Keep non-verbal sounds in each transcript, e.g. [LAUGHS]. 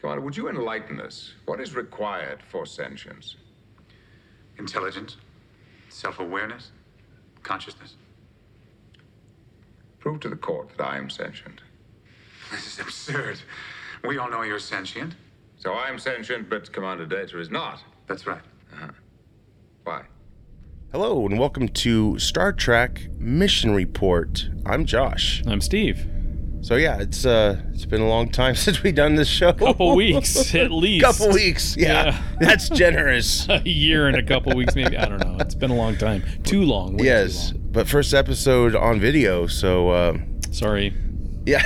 Commander, would you enlighten us? What is required for sentience? Intelligence, self awareness, consciousness. [LAUGHS] Prove to the court that I am sentient. This is absurd. We all know you're sentient. So I am sentient, but Commander Data is not. That's right. Why? Hello and welcome to Star Trek Mission Report. I'm Josh. I'm Steve. So yeah, it's uh it's been a long time [LAUGHS] since we done this show. Couple weeks at [LAUGHS] least. Couple weeks. Yeah. Oh, Yeah. [LAUGHS] That's generous. [LAUGHS] a year and a couple weeks maybe. I don't know. It's been a long time. Too long. Way too yes. long. But first episode on video, so uh, Sorry. yeah.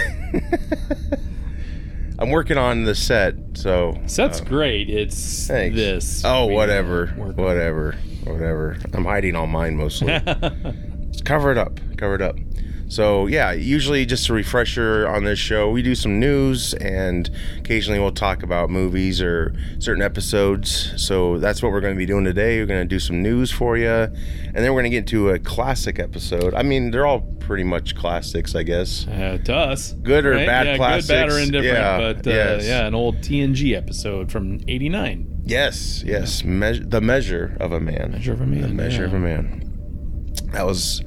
[LAUGHS] I'm working on the set, so Set's great. It's Oh. thanks. this. [LAUGHS] Oh, We whatever. work on. Whatever. Whatever. I'm hiding all mine mostly. Uh, Just cover it up. Cover it up. So, yeah, usually just a refresher on this show, we do some news and occasionally we'll talk about movies or certain episodes. So, that's what we're going to be doing today. We're going to do some news for you and then we're going to get into a classic episode. I mean, they're all pretty much classics, I guess. Uh, to us. Good or bad yeah, Good, bad, or classics. indifferent. Yeah, But uh, yes. yeah, an old TNG episode from 89. Yes, yes. Meas- the measure of a man. Measure of a Man, The measure yeah. of a man. That was,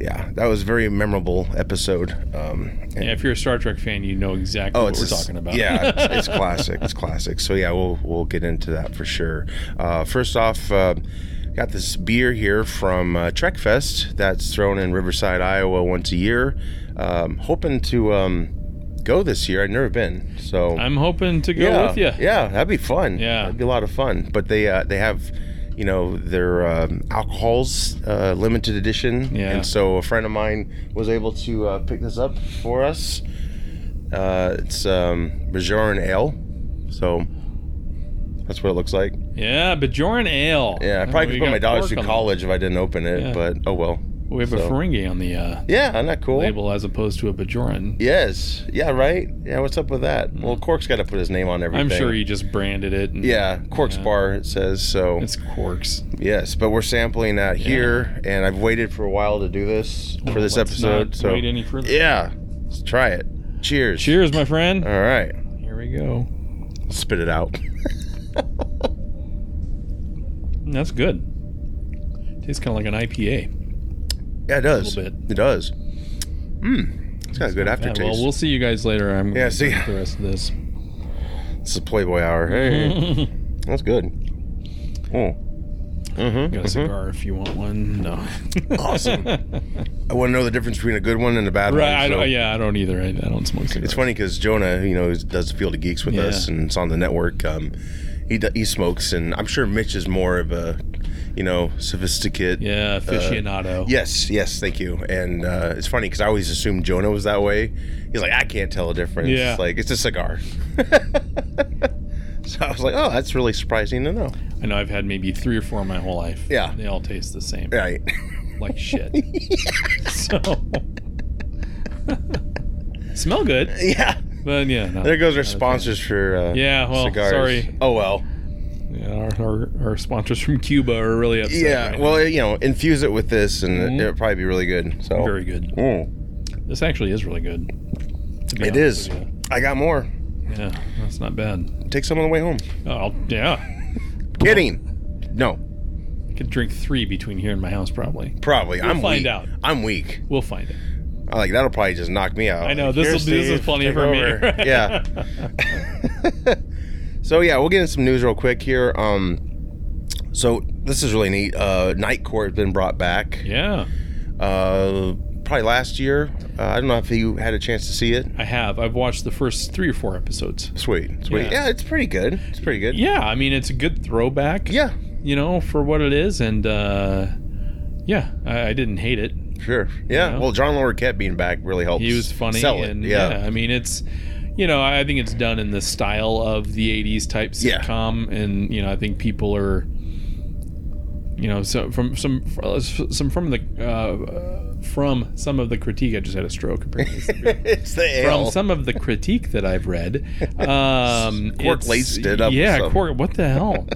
yeah, that was a very memorable episode. Um, and- Yeah, if you're a Star Trek fan, you know exactly oh, what it's we're a s- talking about. Yeah, it's, it's classic. It's classic. So yeah, we'll we'll get into that for sure. Uh, first off. Uh, Got this beer here from uh, Trekfest that's thrown in Riverside, Iowa once a year. Um, hoping to um, go this year. I've never been, so [LAUGHS] I'm hoping to go yeah, with you. Yeah, that'd be fun. Yeah. that'd be a lot of fun. But they uh, they have, you know, their um, alcohols uh, limited edition. Yeah. And so a friend of mine was able to uh, pick this up for us. Uh, it's um, Bajoran Ale, so that's what it looks like. Yeah, Bajoran Ale. Yeah, I Oh, probably we could put got my dollars pork through on the- college if I didn't open it, Yeah. but oh well. We have a so. Ferengi on the uh, Yeah, isn't that cool? label as opposed to a Bajoran. Yes. Yeah. Right. Yeah. What's up with that? Well, Cork's got to put his name on everything. Mm. I'm sure he just branded it. And Yeah, Cork's Yeah. Bar it says so. It's Quarks. Yes, but we're sampling that here, and I've waited for a while to do this for Well, this let's episode. not so wait any further. yeah, Uh, let's try it. Cheers. Cheers, my friend. All right, Here we go. spit it out. That's good. Tastes kind of like an IPA. [LAUGHS] Yeah, it does. Little It does. Mmm, it's got a good Yeah, aftertaste. well, we'll see you guys later. I'm Yeah, gonna see drink ya. Hmm? the rest of this. it's a Playboy hour. Hey, [LAUGHS] that's good. Oh, Got a cigar if you want one. No, Mm-hmm. [LAUGHS] [LAUGHS] awesome. I want to know the difference between a good one and a bad one. right? I so- don't, yeah, I don't either. I, I don't smoke cigars. It's funny because Jonah, you know, is- does Field of Geeks with Yeah. us, and it's on the network. Um, he d- he smokes, and I'm sure Mitch is more of a, you know, sophisticated. Yeah, aficionado. Yes, yes, thank you. And uh, it's funny because I always assumed Jonah was that way. He's like, I can't tell the difference. Yeah. Like, it's a cigar. [LAUGHS] so I was like, oh, that's really surprising to know. I know. I've had maybe three or four in my whole life. Yeah. they all taste the same, Right. like shit. So, [LAUGHS] smell good, [LAUGHS] yeah. but yeah. Not, There goes our not a fan. sponsors for uh, Yeah, well, cigars. sorry. Oh, well. Yeah, our, our, our sponsors from Cuba are really upset. Yeah. right now. Well, you know, infuse it with this, and it, it'll probably be really good. So Mm-hmm. very good. Mm. This actually is really good. to be It is. honest with you. I got more. Yeah, that's not bad. Take some on the way home. Oh, I'll- yeah, Kidding. No, I could drink three between here and my house probably. probably. I'm find weak. out. I'm weak. We'll find it. I Like that'll probably just knock me out. I know, Like, this'll "Here, be- this is Steve, plenty take for me." [LAUGHS] over." yeah. [LAUGHS] so yeah, we'll get into some news real quick here. Um, so this is really neat. Uh, Night Court has been brought back. Yeah, Uh, probably last year. Uh, I don't know if you had a chance to see it. I have. I've watched the first three or four episodes. Sweet, sweet. Yeah, Yeah. it's pretty good. It's pretty good. Yeah, I mean it's a good throwback. Yeah. you know for what it is, and uh, yeah, I, I didn't hate it. Sure. Yeah. You know? Well, John Lorquette being back really helps. He was funny, Sell it. and yeah. I mean it's. You know, I think it's done in the style of the '80s type Yeah. sitcom, and you know, I think people are, you know, so from some some from the uh, from some of the critique. I just had a stroke. Apparently, [LAUGHS] it's the ale. from some of the critique that [LAUGHS] I've read. Um, Quark it's- laced it up with Yeah, some. Quark. What [LAUGHS] the hell?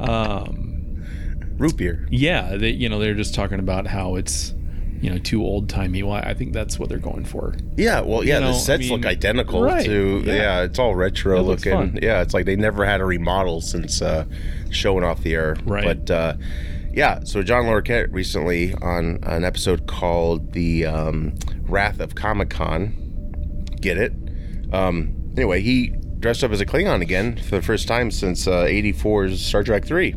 um, root beer. yeah, they, you know they're just talking about how it's you know, too old timey. Well, I think that's what they're going for. Yeah, well, yeah, You know, I the sets look mean, identical right, to yeah. yeah. it's all retro It looks looking. fun. Yeah, it's like they never had a remodel since uh, showing off the air. Right. But uh, yeah, so John Larroquette recently on an episode called "The um, Wrath of Comic Con." Get it? Um, anyway, he dressed up as a Klingon again for the first time since uh, '84's Star Trek Three,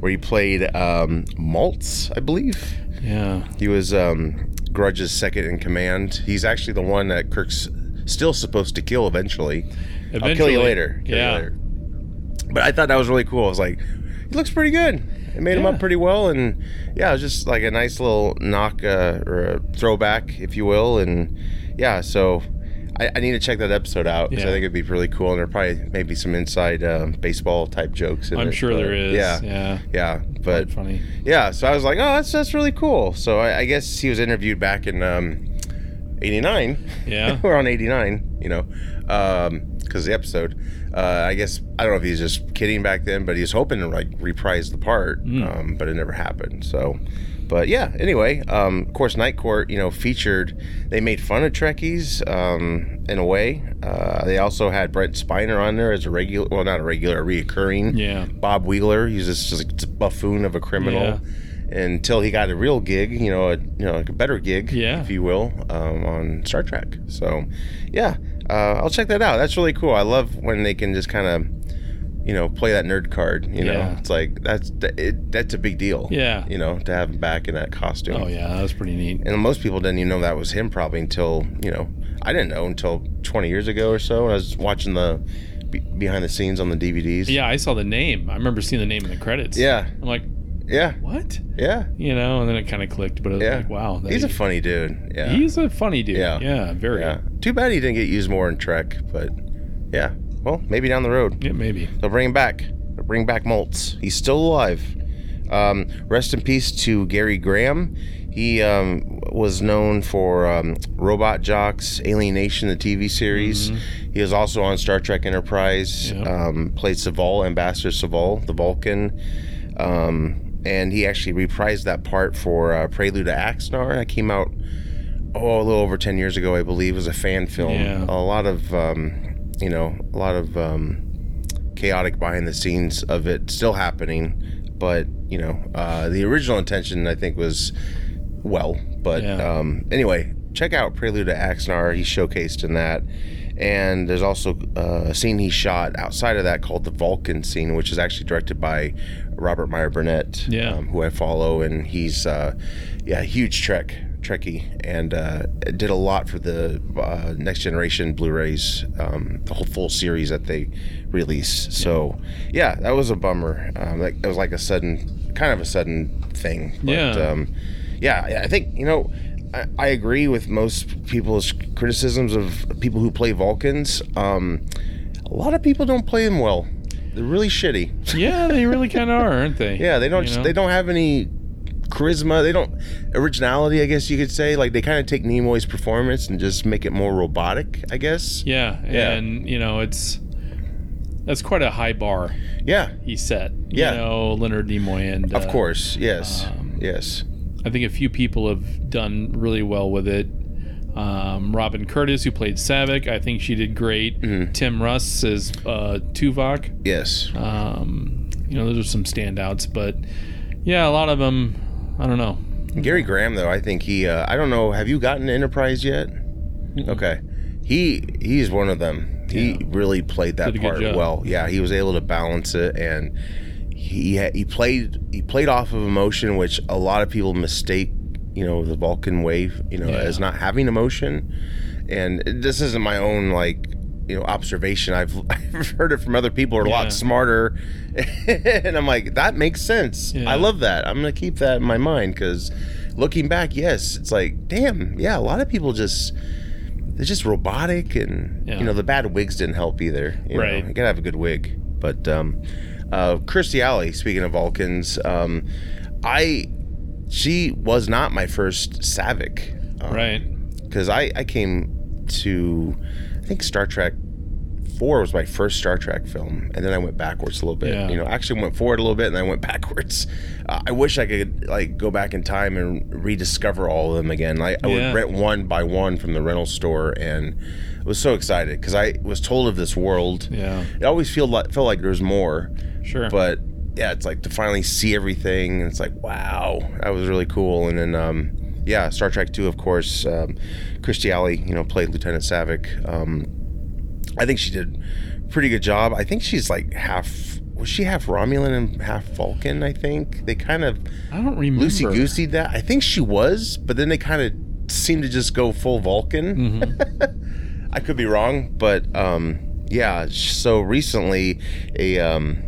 where he played um, Maltz, I believe. Yeah. He was um, Grudge's second in command. He's actually the one that Kirk's still supposed to kill eventually. I'll kill Eventually. you later. Kill you yeah. later. But I thought that was really cool. I was like, he looks pretty good. It made him Yeah. up pretty well, and yeah, it was just like a nice little knock uh, or a throwback, if you will, and yeah. So I, I need to check that episode out because Yeah. I think it'd be really cool, and there probably maybe some inside uh, baseball type jokes. In I'm it, sure there but, uh, is. Yeah, Yeah. yeah, but Funny. yeah, so I was like, oh, that's that's really cool. So I, I guess he was interviewed back in um, '89. [LAUGHS] Yeah. we're on '89, you know, because the episode. Uh, I guess I don't know if he's just kidding back then, but he was hoping to like reprise the part, um, but it never happened. So, but yeah. Anyway, um, of course, Night Court, you know, featured. They made fun of Trekkies um, in a way. Uh, they also had Brent Spiner on there as a regular, well, not a regular, a reoccurring. Yeah. Bob Wheeler. He's just, just like, a buffoon of a criminal until he got a real gig, you know, a, you know, like a better gig, Yeah. if you will, um, on Star Trek. So, yeah, uh, I'll check that out. That's really cool. I love when they can just kind of, you know, play that nerd card. You know, Yeah. it's like that's that- it, that's a big deal. Yeah. you know, to have him back in that costume. Oh yeah, that was pretty neat. And most people didn't even know that was him probably until, you know, I didn't know until 20 years ago or so when I was watching the be- behind the scenes on the DVDs. Yeah, I saw the name. I remember seeing the name in the credits. Yeah. I'm like, Yeah. what? Yeah. You know, and then it kind of clicked. But I was Yeah. like, wow, that He's a funny dude. Yeah. he's a funny dude. Yeah. Yeah. Very. yeah. Yeah. Too bad he didn't get used more in Trek, but yeah. Well, maybe down the road. maybe. They'll bring him back. They'll bring back Moltz. He's still alive. Um, rest in peace to Gary Graham. He um, was known for um, Robot Jocks, Alienation, the TV series. He was also on Star Trek Enterprise. Yep. Um, played Saval, Ambassador Saval, the Vulcan. Um, and he actually reprised that part for uh, Prelude to Axnar. That came out oh, a little over 10 years ago, I believe. It was a fan film. Yeah. A lot of, um, you know, a lot of um, chaotic behind the scenes of it still happening. But, you know, uh, the original intention, I think, was well. But Yeah. um, anyway, check out Prelude to Axnar. He's showcased in that. And there's also uh, a scene he shot outside of that called the Vulcan scene, which is actually directed by Robert Meyer Burnett, Yeah. um, who I follow, and he's uh, yeah, huge Trek Trekkie, and uh, did a lot for the uh, Next Generation Blu-rays, um, the whole full series that they release. So yeah, that was a bummer. Um, like it was like a sudden, kind of a sudden thing. But, Yeah. Um, yeah, yeah, I think you know. I, I agree with most people's criticisms of people who play Vulcans. Um, a lot of people don't play them well. They're really shitty. Yeah, they really kind of are, aren't they? [LAUGHS] Yeah, they don't. You know? They don't have any charisma. They don't originality. I guess you could say. Like they kind of take Nimoy's performance and just make it more robotic. I guess. Yeah, Yeah. and you know, it's that's quite a high bar Yeah. he set. Yeah. You know, Leonard Nimoy and Of uh, course. Yes. um, yes. I think a few people have done really well with it. Um, Robin Curtis, who played Savick, I think she did great. Mm-hmm. Tim Russ as uh, Tuvok. Yes. Um, you know, those are some standouts, but yeah, a lot of them. I don't know. Gary Graham, though, I think he. Uh, I don't know. Have you gotten Enterprise yet? Okay. He he's one of them. He Yeah. really played that Did a good part job. well. Yeah, he was able to balance it, and he ha- he played he played off of emotion, which a lot of people mistake. You know, the Vulcan wave. You know, Yeah. as not having emotion, and this isn't my own like you know observation. I've [LAUGHS] I've heard it from other people who are a Yeah. lot smarter, [LAUGHS] and I'm like that makes sense. Yeah. I love that. I'm gonna keep that in my mind because looking back, yes, it's like, damn, yeah, a lot of people just they're just robotic, and Yeah. you know the bad wigs didn't help either. You Right. know, you gotta have a good wig. But um, uh, Kirstie Alley, speaking of Vulcans, um, I she was not my first Savick, um, Right. Because I I came to I think Star Trek four was my first Star Trek film, and then I went backwards a little bit. Yeah. You know, actually went forward a little bit, and then I went backwards. Uh, I wish I could like go back in time and rediscover all of them again. I, I Yeah. would rent one by one from the rental store, and I was so excited because I was told of this world. Yeah. It always feel like, felt like there's more, Sure. but yeah, it's like to finally see everything, and it's like wow, that was really cool. And then um, yeah, Star Trek Two, of course. Um, Christy Alley, you know, played Lieutenant Savick. Um, I think she did a pretty good job. I think she's like half. Was she half Romulan and half Vulcan? I think they kind of I don't remember. loosey goosey that. I think she was, but then they kind of seemed to just go full Vulcan. Mm-hmm. [LAUGHS] I could be wrong, but um, yeah. So recently, a um,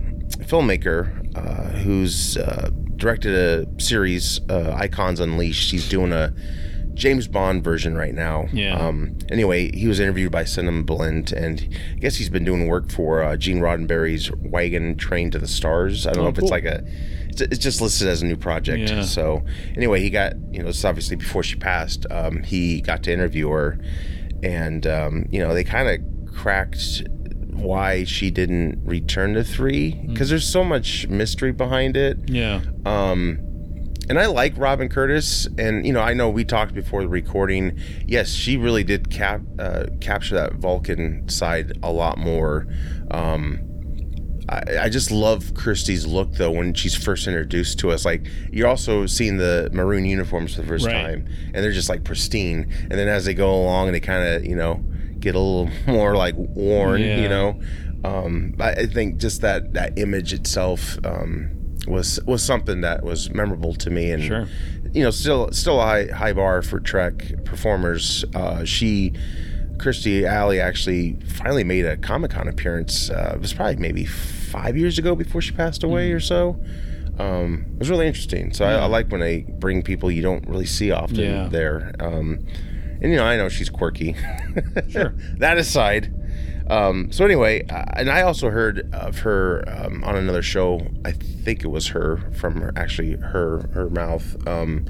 filmmaker uh, who's uh, directed a series, uh, Icons Unleashed, he's doing a James Bond version right now. Yeah. Um, anyway, he was interviewed by Cinema Blend, and I guess he's been doing work for uh, Gene Roddenberry's Wagon Train to the Stars. I don't know if Oh, cool. it's like a, it's, it's just listed as a new project. Yeah. So anyway, he got you know it's obviously before she passed. Um, he got to interview her, and um, you know they kind of cracked why she didn't return to three Mm. because there's so much mystery behind it. Yeah. Um, and I like Robin Curtis, and you know I know we talked before the recording. Yes, she really did cap uh, capture that Vulcan side a lot more. Um, I, I just love Christie's look though when she's first introduced to us. Like you're also seeing the maroon uniforms for the first Right. time, and they're just like pristine. And then as they go along, they kind of you know get a little [LAUGHS] more like worn, Yeah. you know. Um, I, I think just that that image itself um, was was something that was memorable to me, and Sure. you know, still still a high high bar for Trek performers. Uh, she. Christy Alley actually finally made a Comic Con appearance. Uh, it was probably maybe five years ago before she passed away or so. Um, it was really interesting. So I, I like when they bring people you don't really see often Yeah. there. Um, and you know, I know she's quirky. [LAUGHS] Sure. that aside. Um, so anyway, uh, and I also heard of her um, on another show. I think it was her from her, actually her her mouth. Um,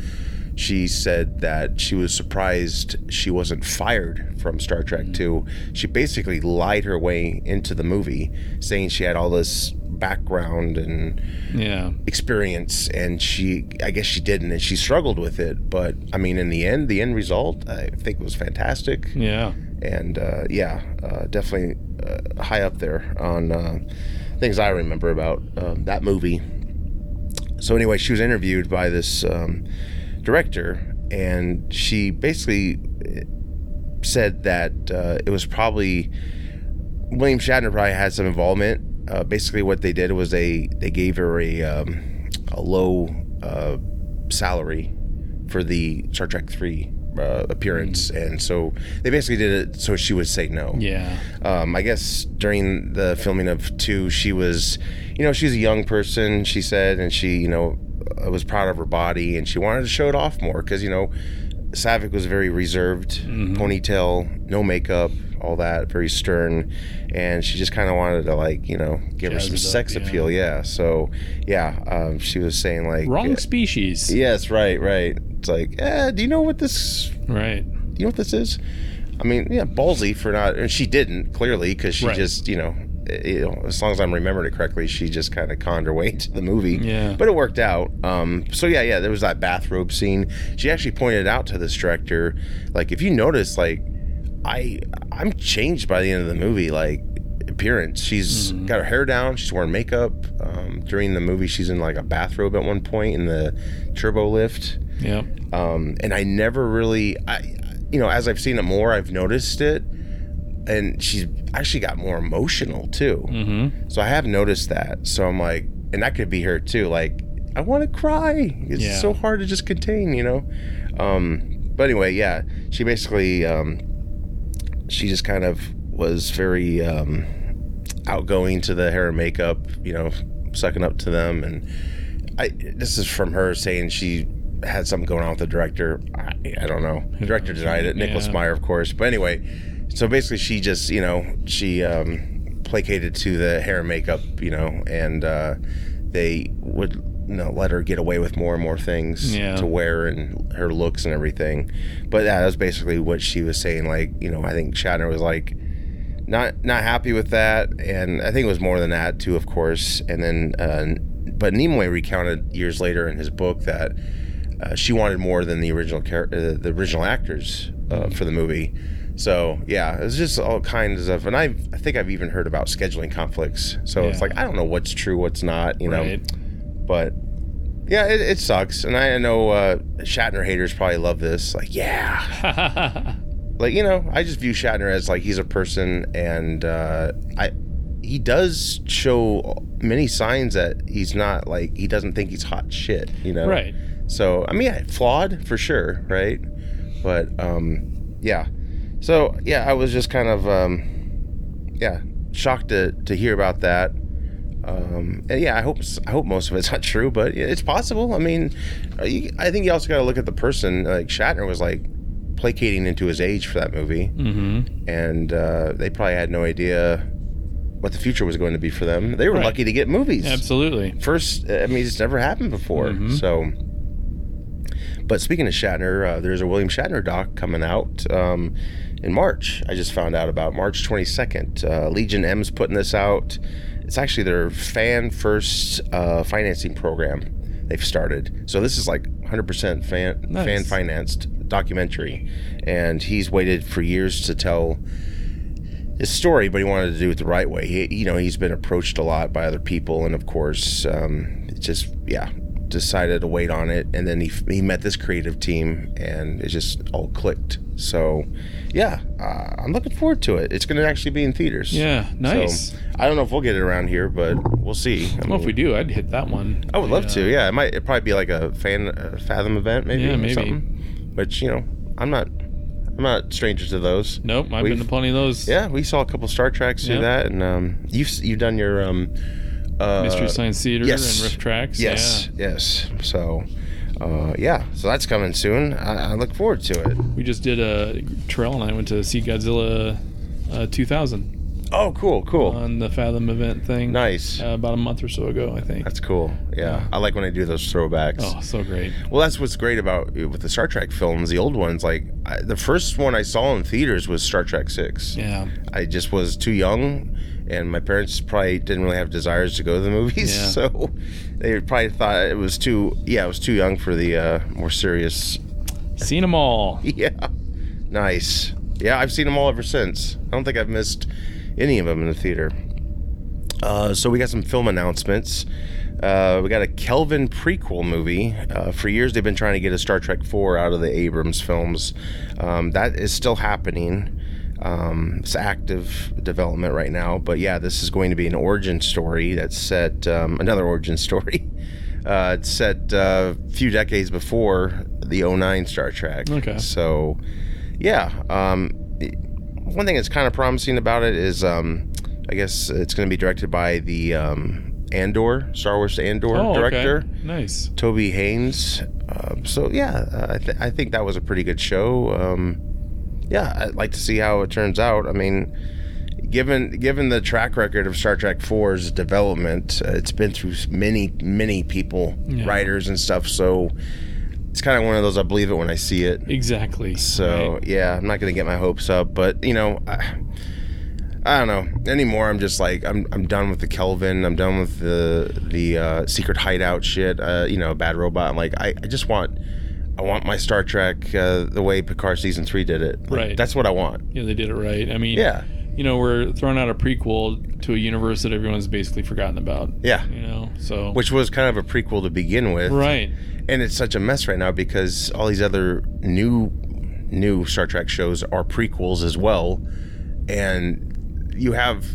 she said that she was surprised she wasn't fired from Star Mm. Trek Two. She basically lied her way into the movie, saying she had all this background and Yeah. experience and she i guess she didn't and she struggled with it but i mean in the end the end result i think was fantastic Yeah. and uh, yeah uh, definitely uh, high up there on uh, things i remember about um, that movie so anyway she was interviewed by this um, director and she basically eh, said that uh, it was probably William Shatner probably had some involvement. Uh, basically, what they did was they they gave her a um, a low uh, salary for the Star Trek Three uh, appearance, and so they basically did it so she would say no. Yeah. Um, I guess during the filming of two, she was, you know, she's a young person. She said, and she, you know, uh, was proud of her body, and she wanted to show it off more because, you know, Savick was very reserved, Mm-hmm. ponytail, no makeup, all that, very stern, and she just kind of wanted to like, you know, give Jazz her some it up, sex yeah. appeal. Yeah. So, yeah, um, she was saying like, Wrong yeah, species. yes, right, right. It's like, eh, do you know what this Right. you know what this is? I mean, yeah, ballsy for not, and she didn't clearly because she Right. just, you know, eh, you know, as long as I'm remembered it correctly, she just kind of conned her way [LAUGHS] into the movie. Yeah. But it worked out. Um, so yeah, yeah, there was that bathrobe scene. She actually pointed out to this director, like, if you notice, like, I I'm changed by the end of the movie, like appearance. She's Mm-hmm. got her hair down. She's wearing makeup. Um, during the movie, she's in like a bathrobe at one point in the turbo lift Yeah. um, and I never really, I, you know, as I've seen it more, I've noticed it, and she's actually got more emotional too. Mm-hmm. So I have noticed that. So I'm like, and that could be her too. Like, I want to cry. It's Yeah. so hard to just contain, you know. Um, but anyway, yeah, she basically, um, she just kind of was very um, outgoing to the hair and makeup, you know, sucking up to them and. I this is from her saying she had something going on with the director. I, I don't know. The director denied it. Nicholas Yeah. Meyer, of course. But anyway, so basically, she just you know she um, placated to the hair and makeup, you know, and uh, they would you know, let her get away with more and more things Yeah. to wear and her looks and everything. But yeah, that was basically what she was saying. Like you know, I think Shatner was like not not happy with that, and I think it was more than that too, of course. And then, uh, but Nimoy recounted years later in his book that uh, she wanted more than the original char- uh, the original actors uh, for the movie. So yeah, it was just all kinds of, and I I think I've even heard about scheduling conflicts. So it's Yeah. like I don't know what's true, what's not, you know. Right. [LAUGHS] But yeah, it, it sucks, and I know uh, Shatner haters probably love this. Like yeah, like you know i just view shatner as like he's a person and uh i he does show many signs that he's not like he doesn't think he's hot shit you know Right. so i mean yeah, flawed for sure right but um yeah so yeah i was just kind of um yeah shocked to to hear about that um, and yeah, I hope I hope most of it's not true, but it's possible. I mean, uh, you, I think you also got to look at the person. Like Shatner was like placating into his age for that movie, mm-hmm. and uh, they probably had no idea what the future was going to be for them. They were Right. lucky to get movies. Absolutely. First, uh, I mean, it's never happened before. So, but speaking of Shatner, uh, there's a William Shatner doc coming out um, in March. I just found out about March 22nd. Uh, Legion M's putting this out. It's actually their fan first uh, financing program they've started. So this is like 100% fan Nice. fan financed documentary, and he's waited for years to tell his story, but he wanted to do it the right way. He, you know, he's been approached a lot by other people, and of course, um, it's just yeah, decided to wait on it. And then he he met this creative team, and it just all clicked. So, yeah, uh, I'm looking forward to it. It's going to actually be in theaters. Yeah, nice. So, I don't know if we'll get it around here, but we'll see. I, well, mean, if we do, I'd hit that one. I would love to. Yeah, it might. It probably be like a fan uh, fathom event, maybe. Yeah, or maybe. Something. Which you know, I'm not. I'm not stranger to those. Nope, I've We've- been to plenty of those. Yeah, we saw a couple Star Treks do Yeah. that, and um, you've you've done your um, uh, Mystery Science Theater yes. and Rift Tracks. Yes, Yeah. yes. So, uh, yeah, so that's coming soon. I, I look forward to it. We just did a trail and I went to see Godzilla uh, 2000 Oh, cool, cool, on the Fathom event thing. nice. Uh, about a month or so ago, I think. that's cool. Yeah, I like when I do those throwbacks. Oh, so great. Well, that's what's great about with the Star Trek films, the old ones. Like I, the first one I saw in theaters was Star Trek Six. Yeah. I just was too young, and my parents probably didn't really have desires to go to the [LAUGHS] movies, Yeah. so they probably thought it was too. Yeah, I was too young for the uh, more serious. [LAUGHS] Seen them all. Yeah, nice. Yeah, I've seen them all ever since. I don't think I've missed any of them in the theater. Uh, so we got some film announcements. Uh, we got a Kelvin prequel movie. Uh, for years, they've been trying to get a Star Trek four out of the Abrams films. Um, that is still happening. Um, it's active development right now, but yeah, this is going to be an origin story that's set um, another origin [LAUGHS] story. Uh, it's set uh, a few decades before the 09 Star Trek. Okay. So, yeah, um, one thing that's kind of promising about it is, um, I guess it's going to be directed by the um, Andor Star Wars Andor Oh, okay. director Nice. Toby Haynes. Uh, so yeah, uh, I, th- I think that was a pretty good show. Um, yeah, I'd like to see how it turns out. I mean, given given the track record of Star Trek 4's development, uh, it's been through many many people, Yeah. writers and stuff. So it's kind of one of those I believe it when I see it. Exactly. So Right. yeah, I'm not gonna get my hopes up, but you know, I, I don't know anymore. I'm just like I'm, I'm done with the Kelvin. I'm done with the the uh, secret hideout shit. Uh, you know, bad robot. I'm like I, I just want I want my Star Trek uh, the way Picard season three did it. Like, Right. That's what I want. Yeah, they did it right. I mean, Yeah. You know, we're throwing out a prequel to a universe that everyone's basically forgotten about. Yeah. You know, so. Which was kind of a prequel to begin with. Right. and it's such a mess right now because all these other new new Star Trek shows are prequels as well, and you have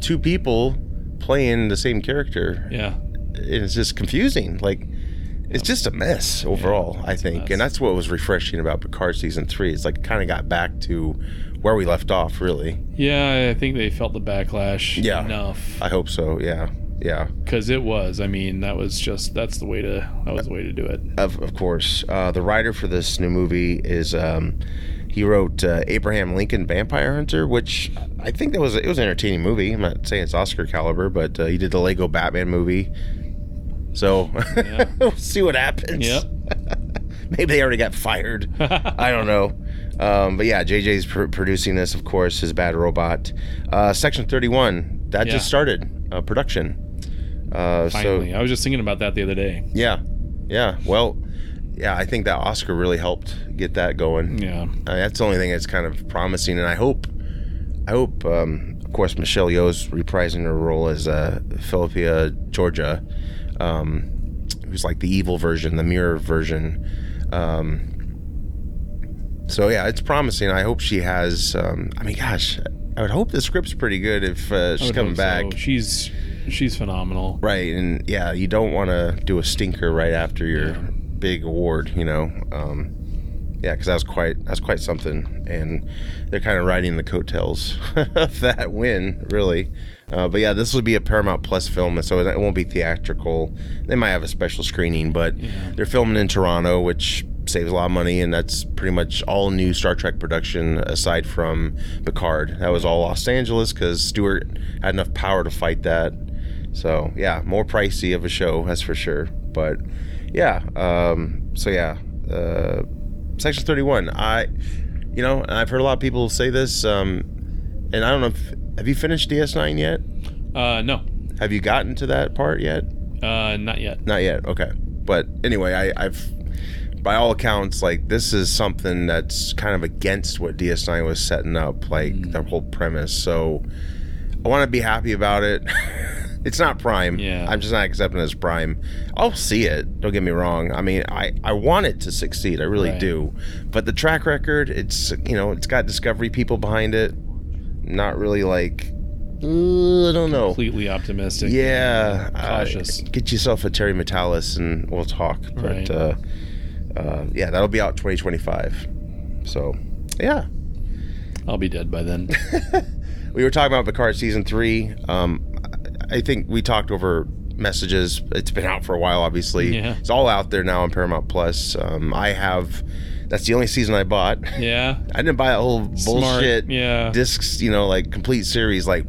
two people playing the same character, Yeah. and it's just confusing. Like it's just a mess overall, I think, and that's what was refreshing about Picard season three. It's like kind of got back to where we left off, really. Yeah, I think they felt the backlash Yeah. enough I hope so. Yeah, yeah. because it was. I mean, that was just that's the way to that was the way to do it. of, of course. Uh, the writer for this new movie is um, he wrote uh, Abraham Lincoln Vampire Hunter, which I think that was it was an entertaining movie. I'm not saying it's Oscar caliber, but uh, he did the Lego Batman movie. So [LAUGHS] we'll see what happens. [LAUGHS] Yep. [LAUGHS] Maybe they already got fired. I don't know. Um, but yeah, JJ's pr- producing this, of course, his Bad Robot. Uh, Section 31, that Yeah. just started uh, production. Uh, Finally, So, I was just thinking about that the other day. yeah. Yeah. Well, yeah, I think that Oscar really helped get that going. Yeah, I mean, that's the only thing that's kind of promising, and I hope, I hope, um, of course, Michelle Yeoh's reprising her role as uh, Philippia Georgia, um, who's like the evil version, the mirror version. Um, so yeah, it's promising. I hope she has. Um, I mean, gosh, I would hope the script's pretty good if uh, I she's would coming hope back. so. She's she's phenomenal. Right, and yeah, you don't want to do a stinker right after your Yeah. big award, you know. Um, yeah, because that was quite that's quite something, and they're kind of riding the coattails [LAUGHS] of that win, really. Uh, but yeah, this will be a Paramount Plus film, and so it won't be theatrical. They might have a special screening, but they're filming in Toronto, which saves a lot of money, and that's pretty much all new Star Trek production aside from Picard. That was all Los Angeles because Stewart had enough power to fight that. So yeah, more pricey of a show, that's for sure. But yeah, um, so yeah, uh, Section Thirty One. I, you know, and I've heard a lot of people say this, um, and I don't know. if Have you finished DS Nine yet? Uh, no, Have you gotten to that part yet? uh, not yet. Not yet. Okay. But anyway, I, I've by all accounts like this is something that's kind of against what DS9 was setting up, like Mm. the whole premise. So I want to be happy about it. [LAUGHS] it's not prime. Yeah. I'm just not accepting it as prime. I'll see it. Don't get me wrong. I mean, I I want it to succeed. I really Right. do. But the track record, it's you know, it's got Discovery people behind it. Not really like. uh, I don't know. Completely optimistic. Yeah, uh, Cautious. get yourself a Terry Metalis, and we'll talk. But Right. uh, uh, yeah, that'll be out 2025. So yeah, I'll be dead [LAUGHS] by then. we were talking about Picard season three. Um, I I think we talked over messages. It's been out for a while, obviously. Yeah. It's all out there now on Paramount Plus. Um, I have. That's the only season I bought. [LAUGHS] Yeah. I didn't buy a whole Smart. bullshit Yeah. discs, you know, like complete series. Like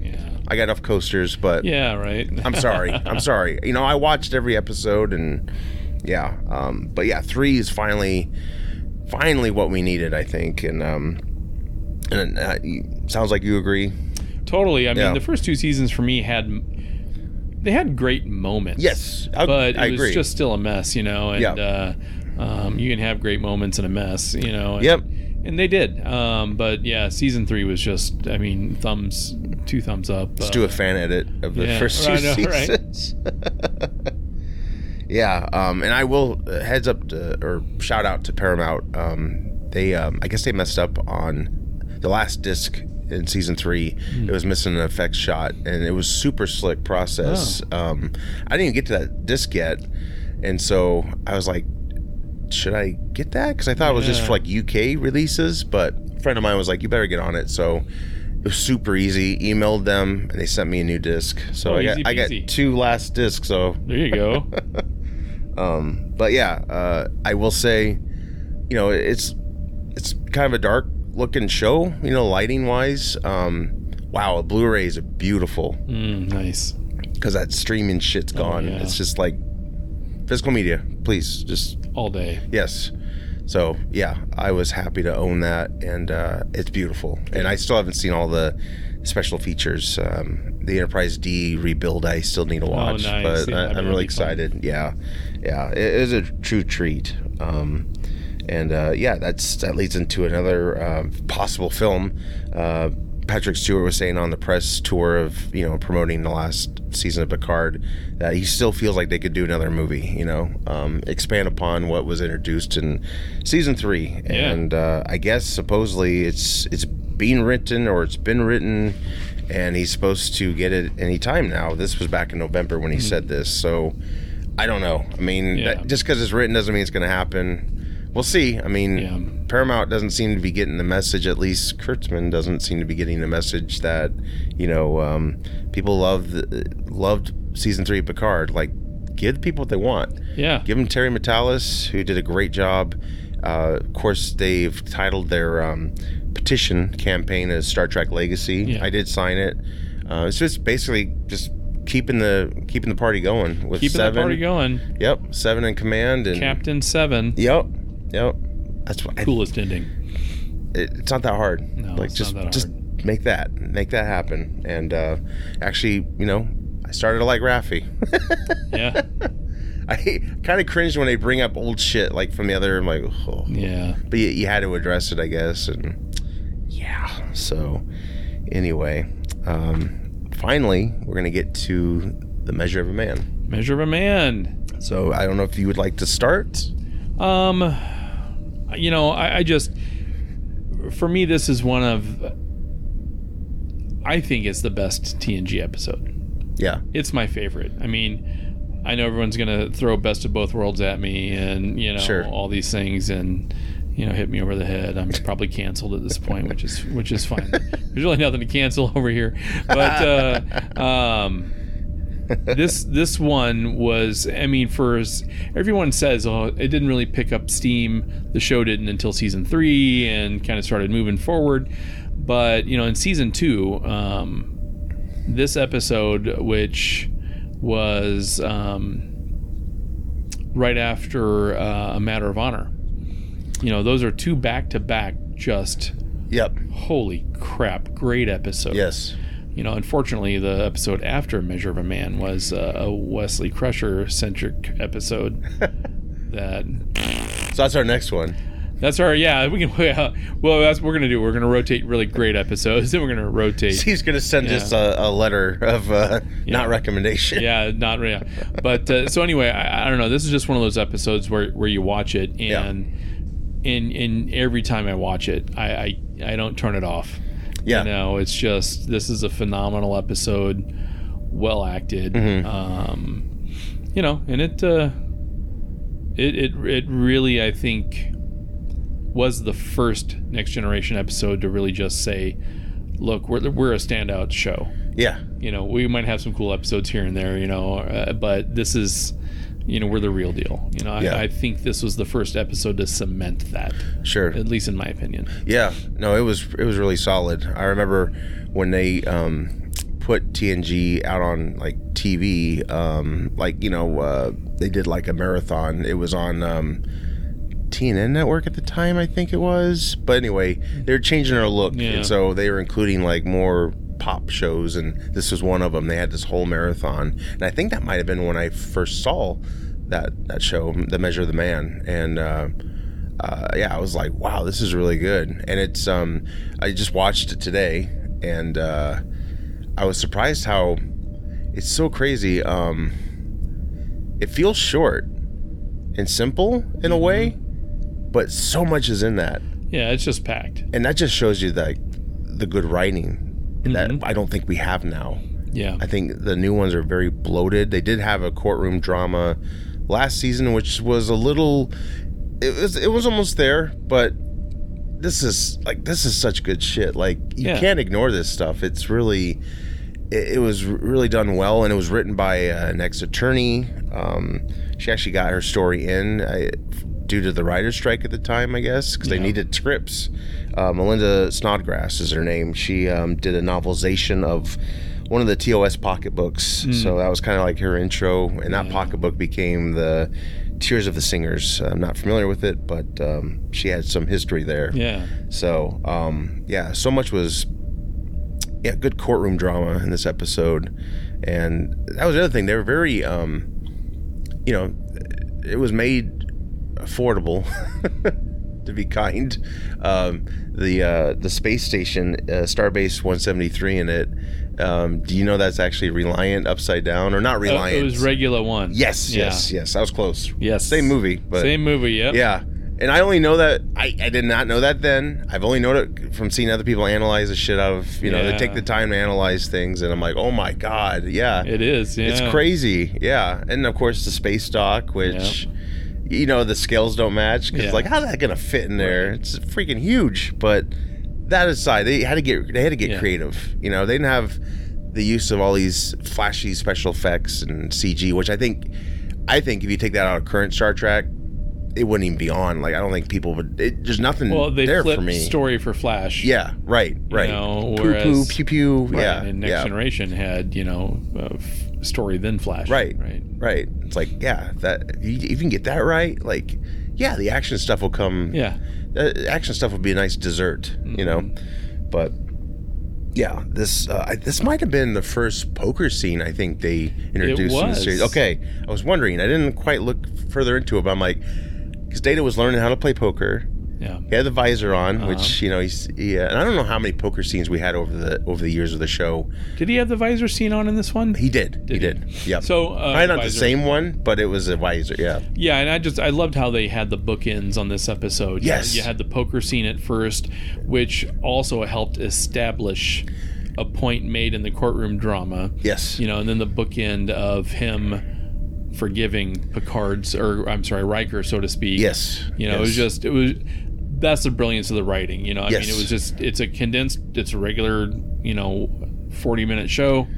yeah. I got enough coasters, but Yeah. Right. I'm sorry. I'm sorry. You know, I watched every episode and yeah. Um, but yeah, three is finally, finally what we needed, I think. And, um, and uh, you- sounds like you agree. Totally. I mean, Yeah. the first two seasons for me had they had great moments. Yes, I- but it I was agree. just still a mess, you know. And Yeah. uh, um, you can have great moments in a mess, you know. And, Yep. And they did. Um, but yeah, season three was just, I mean, thumbs, two thumbs up. Let's do a fan edit of the yeah, first two right, all right. seasons. [LAUGHS] yeah. Um, and I will uh, heads up to, or shout out to Paramount. Um, they, um, I guess they messed up on the last disc in season three. Hmm. It was missing an effects shot and it was super slick process. Oh. Um, I didn't even get to that disc yet. And so I was like, should I get that? Because I thought it was just Yeah. for like UK releases, but a friend of mine was like, you better get on it. So it was super easy. Emailed them and they sent me a new disc. So Oh, I, got, easy I got peasy. two last discs. So, There you [LAUGHS] go. um, but yeah, uh, I will say, you know, it's it's kind of a dark looking show, you know, lighting wise. Um, wow, Blu rays are beautiful Mm, nice. because that streaming shit's gone. Oh, yeah. It's just like physical media. Please just All day. Yes. So yeah, I was happy to own that, and uh, it's beautiful. And I still haven't seen all the special features. Um, the Enterprise D rebuild, I still need to watch, Oh, nice. but Yeah, I, I mean, I'm that'd really be fun. excited. Yeah, yeah, it is a true treat. Um, and uh, yeah, that's that leads into another uh, possible film. Uh, Patrick Stewart was saying on the press tour of you know promoting the last season of Picard that he still feels like they could do another movie. You know, um, expand upon what was introduced in season three, Yeah. and uh, I guess supposedly it's it's being written or it's been written. And he's supposed to get it any time now. This was back in November when he said this, so I don't know. I mean, Yeah. that, just because it's written doesn't mean it's going to happen. We'll see. I mean, Yeah. Paramount doesn't seem to be getting the message. At least Kurtzman doesn't seem to be getting the message that you know um, people love loved season three of Picard. Like, give people what they want. Yeah. Give them Terry Metalis, who did a great job. Uh, of course, they've titled their um, petition campaign as Star Trek Legacy. Yeah. I did sign it. Uh, it's just basically just keeping the keeping the party going with Keeping seven. that party going. Yep, seven in command and Captain Seven. Yep, yep. That's what I, Coolest ending. it, it's not that hard. No, like it's just not that just make that make that happen. And uh, actually, you know, I started to like Rafi. Yeah. [LAUGHS] I kind of cringe when they bring up old shit like from the other. I'm like, oh. Yeah. but you, you had to address it, I guess. And yeah, so anyway, um, finally, we're gonna get to the measure of a man. Measure of a man. So I don't know if you would like to start. Um, you know, I, I just for me this is one of I think it's the best TNG episode. Yeah, It's my favorite. I mean, I know everyone's gonna throw best of both worlds at me, and you know Sure. all these things, and you know hit me over the head. I'm probably canceled at this point, which is which is fine. There's really nothing to cancel over here, but uh, um this this one was i mean for s- everyone says oh it didn't really pick up steam the show didn't until season three and kind of started moving forward but you know in season two um, this episode which was um, right after uh, a matter of honor you know those are two back to back just yep, holy crap great episodes yes, you know, unfortunately, the episode after Measure of a Man was uh, a Wesley Crusher centric episode. that so that's our next one. that's our yeah. We can [LAUGHS] well, that's what we're gonna do. We're gonna rotate really great episodes, [LAUGHS] then we're gonna rotate. [LAUGHS] He's gonna send us a, a letter of uh, not recommendation. Yeah, not really. But uh, so anyway, I, I don't know. This is just one of those episodes where, where you watch it and and and every time I watch it, I I, I don't turn it off. Yeah. You know, it's just this is a phenomenal episode, well acted. Um, you know, and it uh, it it it really I think was the first Next Generation episode to really just say, look, we're we're a standout show. yeah, You know, we might have some cool episodes here and there. You know, uh, but this is. You know, we're the real deal. You know, I, Yeah. I think this was the first episode to cement that, sure. at least in my opinion. Yeah, no, it was it was really solid. I remember when they um, put TNG out on like TV, um, like you know uh, they did like a marathon. It was on um, TNN network at the time, I think it was. But anyway, they were changing their look, Yeah. and so they were including like more pop shows, and this was one of them. They had this whole marathon, and I think that might have been when I first saw that that show, The Measure of the Man, and. Uh, uh, yeah, I was like, wow, this is really good. And it's um, I just watched it today, and uh, I was surprised how it's so crazy. Um, it feels short and simple in a way, but so much is in that, Yeah, it's just packed. and that just shows you that the good writing that I don't think we have now. Mm-hmm. Yeah. I think the new ones are very bloated. They did have a courtroom drama last season, which was a little. It was it was almost there, but this is like this is such good shit. Like you Yeah. can't ignore this stuff. It's really. It, it was really done well, and it was written by uh, an ex-attorney. Um, she actually got her story in I, due to the writer's strike at the time, I guess, because they Yeah. needed scripts. Uh, Melinda Snodgrass is her name. She um, did a novelization of one of the TOS pocketbooks. So that was kind of like her intro, and that pocketbook became the Tears of the Singers. I'm not familiar with it, but um, she had some history there. yeah. So, um, yeah, so much was yeah, good courtroom drama in this episode, and that was the other thing. They were very, um, you know, it was made affordable. [LAUGHS] to be kind, um, the uh, the space station uh, Starbase 173 in it. Um, do you know that's actually Reliant upside down or not Uh, Reliant? it was regular one. yes, Yeah. yes, yes. That was close. Yes. same movie, but Same movie. Yep. yeah. And I only know that I, I did not know that then. I've only known it from seeing other people analyze the shit out of you know, they take Yeah. the time to analyze things and I'm like, Oh my god, yeah. It is. Yeah. It's crazy. Yeah. And of course the space dock, which you know, the scales don't match because Yeah. like how's that gonna fit in there? It's freaking huge. But that aside, they had to get they had to get Yeah. creative. You know, they didn't have the use of all these flashy special effects and CG, which I think I think if you take that out of current Star Trek, it wouldn't even be on. Like I don't think people would. It, there's nothing Well, they there flipped for me. story for Flash. yeah, right, right. know, poo poo, whereas- pew pew. Right, yeah, And Next yeah, Generation had you know uh, f- story then Flash. Right. Right. right. It's like yeah, that if you, if you can get that right, like yeah, the action stuff will come. Yeah. uh, action stuff would be a nice dessert, you know. Mm-hmm. But yeah, this uh, I, this might have been the first poker scene I think they introduced in the was. series. Okay, I was wondering. I didn't quite look further into it, but I'm like, because Data was learning how to play poker. Yeah. He had the visor on, Uh-huh. which you know he's yeah. And I don't know how many poker scenes we had over the over the years of the show. Did he have the visor scene on in this one? He did. he Did did. he? Yeah. So, uh, probably not the visor. same one, but it was a visor. Yeah. Yeah, and I just I loved how they had the bookends on this episode. You- Yes. you had the poker scene at first, which also helped establish a point made in the courtroom drama. Yes. You know, and then the bookend of him forgiving Picard's, or I'm sorry, Riker, so to speak. Yes. You know, it was Yes. just it was. That's the brilliance of the writing. You know, I Yes. mean, it was just it's a condensed, it's a regular, you know, 40 minute show.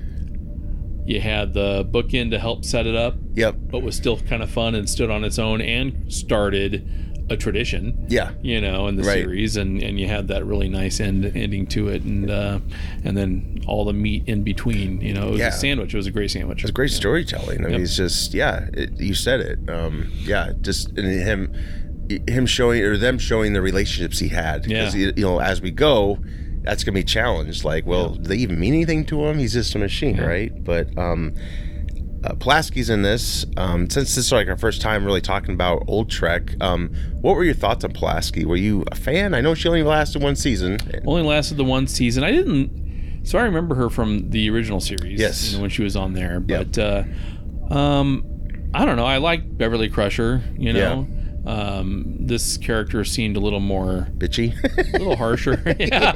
You had the bookend to help set it up Yep. but was still kind of fun and stood on its own and started a tradition Yeah. you know in the Right. series and and you had that really nice end ending to it and uh and then all the meat in between you know it was Yeah. a sandwich it was a great sandwich It's great storytelling. I mean, it's just yeah. It, you said it. Um, yeah, just and him, him showing or them showing the relationships he had. 'Cause, Yeah. You know, as we go, that's gonna be challenged. Like, well, do they even mean anything to him? He's just a machine, right? But um, uh, Pulaski's in this. Um, since this is like our first time really talking about old Trek, um, what were your thoughts on Pulaski? Were you a fan? I know she only lasted one season. only lasted the one season i didn't so i remember her from the original series Yes. you know, when she was on there Yep. but uh um i don't know i liked beverly crusher you know um this character seemed a little more Bitchy. [LAUGHS] a little [LAUGHS] harsher. yeah,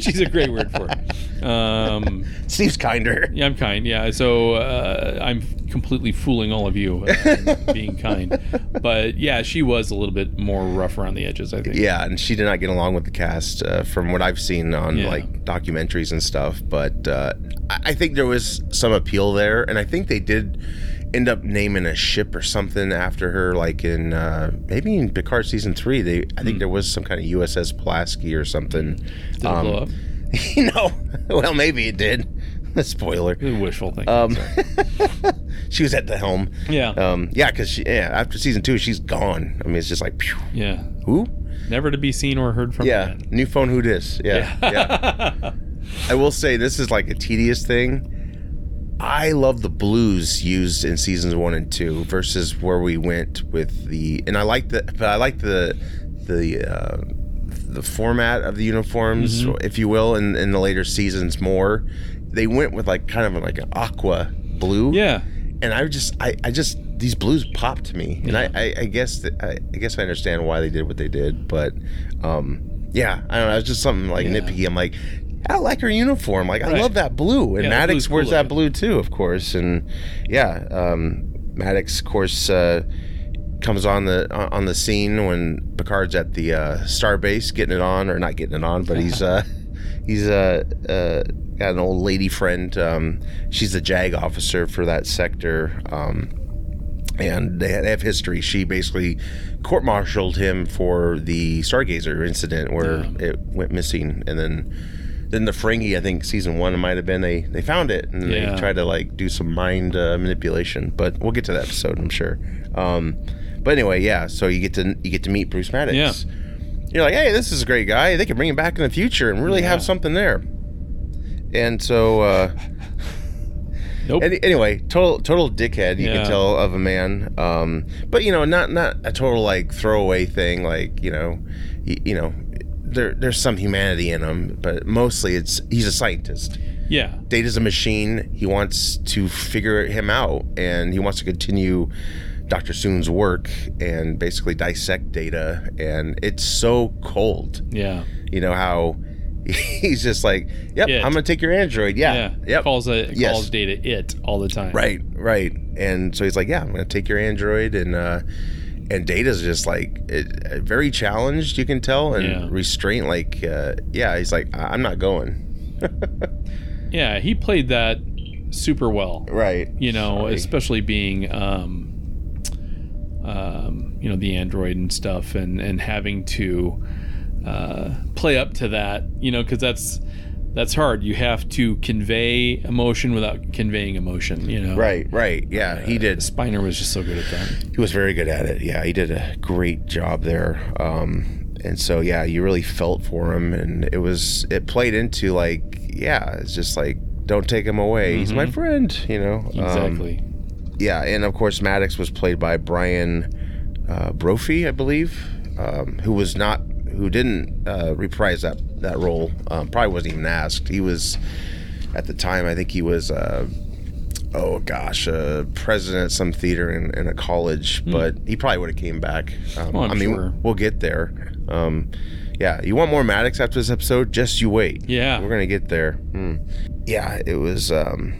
she's a great word for it. Um, Steve's kinder. yeah, I'm kind. Yeah, so uh, I'm completely fooling all of you, uh, [LAUGHS] and being kind. But yeah, she was a little bit more rough around the edges. I think. Yeah, and she did not get along with the cast, uh, from what I've seen on Yeah. like documentaries and stuff. But uh, I I think there was some appeal there, and I think they did end up naming a ship or something after her, like in uh, maybe in Picard season three. They, I think there was some kind of USS Pulaski or something. Hmm. Did it blow um, [LAUGHS] up? you know, well maybe it did. [LAUGHS] Spoiler. Wishful thinking. Um, [LAUGHS] sorry. she was at the helm. Yeah. Um, yeah, because she, yeah, after season two, she's gone. I mean, it's just like, phew, yeah. who? Never to be seen or heard from. Yeah, again. new phone. Who dis? Yeah, yeah. I will say this is like a tedious thing. I love the blues used in seasons one and two versus where we went with the, and I like the, but I like the, the, uh, the format of the uniforms, if you will, in, in the later seasons more. They went with like kind of like an aqua blue. [LAUGHS] Yeah. And I just, I, I just these blues popped to me, and I, I, I guess that I, I guess I understand why they did what they did, but um, yeah, I don't know. It's just something like Yeah. nitpicky. I'm like, I like her uniform. Like I Right. love that blue, and Yeah, the Maddox blue's wears cool that looking. blue too, of course. And yeah, um, Maddox, of course, uh, comes on the uh, on the scene when Picard's at the uh, starbase getting it on, or not getting it on, but he's [LAUGHS] uh, he's uh, uh, got an old lady friend. Um, she's the JAG officer for that sector. Um, and they have history. She basically court-martialed him for the Stargazer incident where it went missing, and then then the Ferengi, I think season one it might have been they they found it and Yeah. they tried to like do some mind uh, manipulation. But we'll get to that episode, I'm sure. Um, but anyway, yeah. So you get to you get to meet Bruce Maddox. Yeah. You're like, hey, this is a great guy. They could bring him back in the future and really have Yeah. something there. And so. Uh, Nope. any, anyway, total total dickhead you Yeah. can tell of a man. Um, but you know, not not a total like throwaway thing. Like you know, you, you know, there there's some humanity in him, but mostly it's he's a scientist. yeah. Data's a machine. He wants to figure him out, and he wants to continue Doctor Soon's work and basically dissect Data. And it's so cold. Yeah. You know how. [LAUGHS] He's just like, yep, It. I'm gonna take your android. Yeah, Yeah. yep. Calls it Yes. calls data it all the time. Right, right. And so he's like, "Yeah, I'm going to take your android." And uh, and Data's just like it, uh, very challenged, you can tell, and Yeah. restraint. Like, uh, yeah, he's like, "I- "I'm not going." Yeah. He played that super well. Right. you know, especially being, um, um, you know, the android and stuff, and and having to uh, play up to that, you know, because that's that's hard. You have to convey emotion without conveying emotion, you know. Right, right. Yeah, he did. Spiner was just so good at that. He was very good at it. Yeah, he did a great job there. Um, and so yeah, you really felt for him, and it was it played into like yeah, it's just like don't take him away. He's my friend, you know. Um, Exactly. yeah, and of course Maddox was played by Brian uh, Brophy, I believe, um, who was not who didn't uh, reprise that that role. Um, probably wasn't even asked. He was at the time. I think he was. Uh, Oh gosh, uh, president of some theater in, in a college, but he probably would have came back. Um, Oh, Hmm. I'm I mean, sure. we'll get there. Um, yeah, you want more Maddox after this episode? Just you wait. Yeah. we're gonna get there. Hmm. Yeah, it was. Um,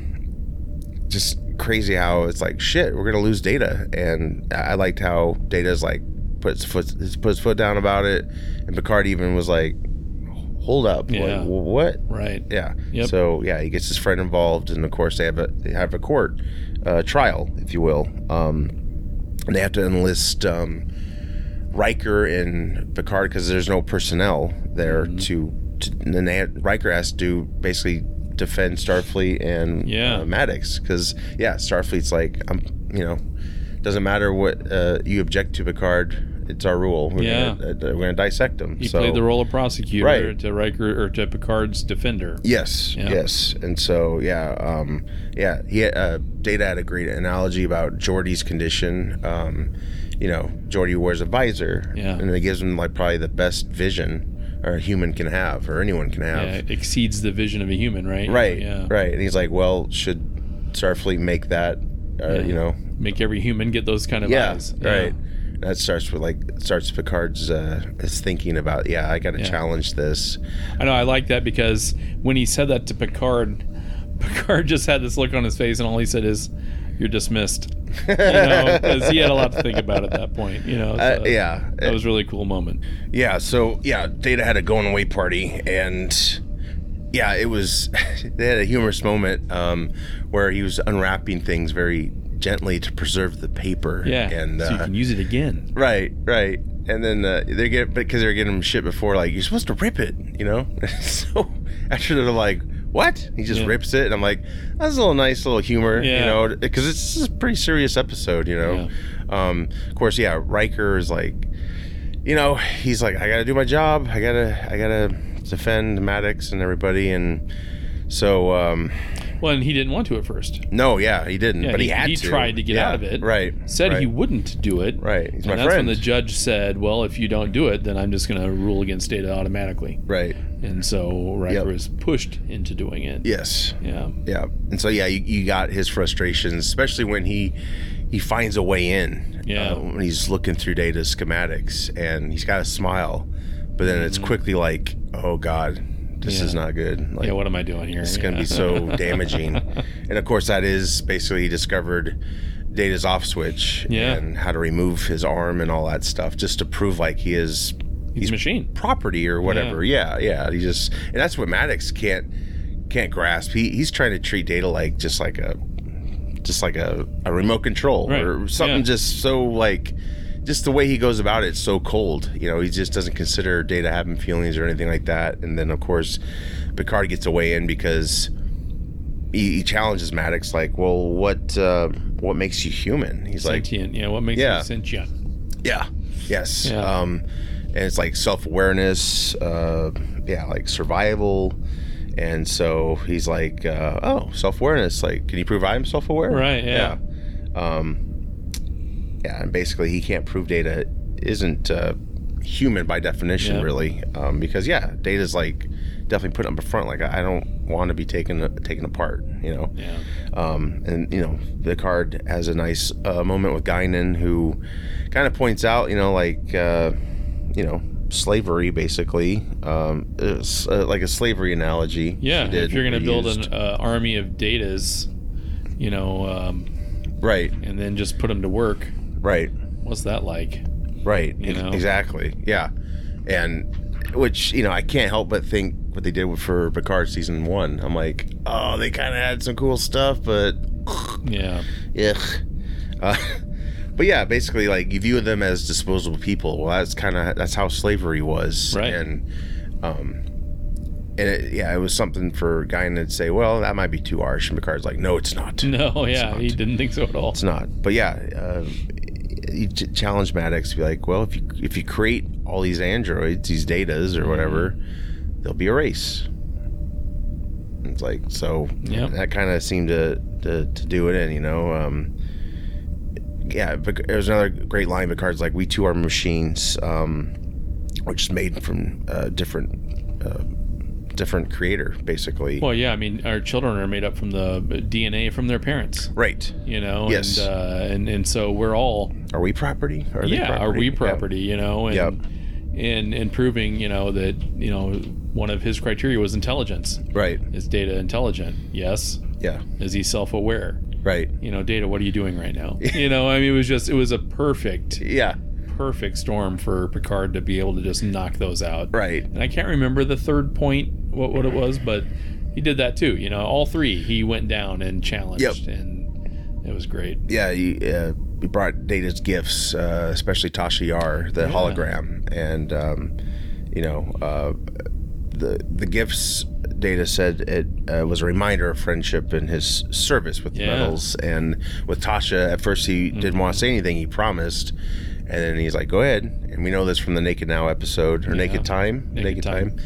just crazy how it's like shit we're gonna lose data and i I liked how data's like put his foot his, put his foot down about it and picard even was like hold up Yeah. like, what Right. yeah Yep. so yeah he gets his friend involved and of course they have a they have a court uh, trial if you will um and they have to enlist um Riker and Picard because there's no personnel there Mm-hmm. to, to and then they had, Riker has to basically defend Starfleet and Yeah. uh, Maddox because yeah Starfleet's like I'm you know doesn't matter what uh, you object to Picard it's our rule we're Yeah. gonna, uh, we're gonna dissect him He so played the role of prosecutor Right. to Riker or to Picard's defender. Yes, Yeah. yes, and so yeah, um, yeah. He had, uh, Data had a great analogy about Geordie's condition. Um, you know, Geordie wears a visor, Yeah. and it gives him like probably the best vision a human can have, or anyone can have. Yeah, it exceeds the vision of a human, right? Right, Yeah. right. And he's like, well, should Starfleet make that? Uh, Yeah. You know, Make every human get those kind of yeah, eyes. right. That starts with like starts Picard's uh, his thinking about yeah, I got to Yeah. challenge this. I know I like that because when he said that to Picard, [LAUGHS] Picard just had this look on his face, and all he said is, "You're dismissed." You [LAUGHS] know, because he had a lot to think about at that point. You know, Uh, so yeah, that was a really cool moment. Yeah, so yeah, Data had a going away party and yeah, it was [LAUGHS] they had a humorous moment um, where he was unwrapping things very gently to preserve the paper. Yeah, And so you uh, can use it again. right, right. And then uh, they get because they were getting him shit before like you're supposed to rip it, you know? [LAUGHS] so after they're like what? He just Yeah. rips it, and I'm like, that's a little nice little humor, Yeah. you know, because it's a pretty serious episode, you know. Um, of course, yeah, Riker is like, you know, he's like, I gotta do my job. I gotta, I gotta defend Maddox and everybody. And so, um, Well, and he didn't want to at first. no, yeah, he didn't, Yeah, but he, he- had he to. tried to get Yeah, out of it. Right. Said right. he wouldn't do it. Right, he's and my that's when friend. the judge said, "Well, if you don't do it, then I'm just going to rule against data automatically." Right. And so Yep. Riker is pushed into doing it. Yes. Yeah. Yeah. And so, yeah, you, you got his frustrations, especially when he he finds a way in. uh, Yeah. when he's looking through data schematics, and he's got a smile, but then it's quickly like, oh god, this Mm-hmm. Yeah. is not good. Like, Yeah. What am I doing here? It's going to Yeah. be so damaging. And of course, that is basically he discovered Data's off switch Yeah. and how to remove his arm and all that stuff just to prove like he is [LAUGHS] He's a machine. property or whatever. Yeah, yeah. He just and that's what Maddox can't can't grasp. He he's trying to treat Data like just like a just like a, a remote control Right, or something yeah. just so like just the way he goes about it's so cold. You know, he just doesn't consider Data having feelings or anything like that. And then of course Picard gets away in because he, he challenges Maddox like, well, what uh, what makes you human? He's like, Sentient. Yeah. What makes Yeah. you sentient? yeah. Yes. Yeah. Um, and it's like self awareness, uh, yeah, like survival. And so he's like, uh, oh, self awareness. Like, can you prove I'm self aware? Right, yeah. Yeah. Um, yeah. And basically, he can't prove data isn't uh, human by definition, Yeah. really, um, because yeah, data's like definitely put up a front. Like, I don't want to be taken taken apart. You know. Yeah. Um, and you know, the card has a nice uh, moment with Guinan, who kind of points out, you know, like uh, you know, slavery basically, um, it's, uh, like a slavery analogy. Yeah. she did, if you're going or to build used. an uh, army of datas, you know, um, right, and then just put them to work, right, what's that like? right, You ex- know? exactly, yeah, and which you know, I can't help but think what they did with- for Picard season one. I'm like, oh, they kind of had some cool stuff, but Yeah. [LAUGHS] Ugh. Uh, [LAUGHS] but yeah, basically, like you view them as disposable people. Well, that's kind of that's how slavery was, Right. And um, and it, yeah, it was something for Guinan to say. Well, that might be too harsh. And Picard's like, no, it's not. No. Yeah. He didn't think so at all. um, It's not. But yeah, uh, you ch- challenge Maddox to be like, well, if you if you create all these androids, these datas or whatever, Mm-hmm. there'll be a race. It's like so. Yep. That kind of seemed to, to to do it in, you know. Um, yeah, but there's another great line. Picard's like, "We too are machines," um, which is made from uh, different uh, different creator, basically. Well, yeah, I mean, our children are made up from the uh, DNA from their parents, Right. you know, Yes. and, uh, and and so we're all Are we property? Are yeah, are we property, you know, and Yep. and and proving, you know, that you know one of his criteria was intelligence. Yeah. Right. Is data intelligent? Yes. Yeah. Is he self-aware? Right. You know, data, what are you doing [LAUGHS] right now? you know, I mean, it was just it was a perfect Yeah. perfect storm for Picard to be able to just knock those out. Right. And I can't remember the third point, what, what it was, but he did that too. You know, all three he went down and challenged, Yep. and it was great. yeah, you, uh, you brought Data's gifts, uh, especially Tasha Yar, the hologram, and um, you know uh, the the gifts. Data said it uh, was a reminder of friendship and his service with the Yeah. Mm-hmm. medals and with Tasha. At first, he didn't want to say anything. He promised, and then he's like, "Go ahead." And we know this from the Naked Now episode or Naked Time. Naked Time.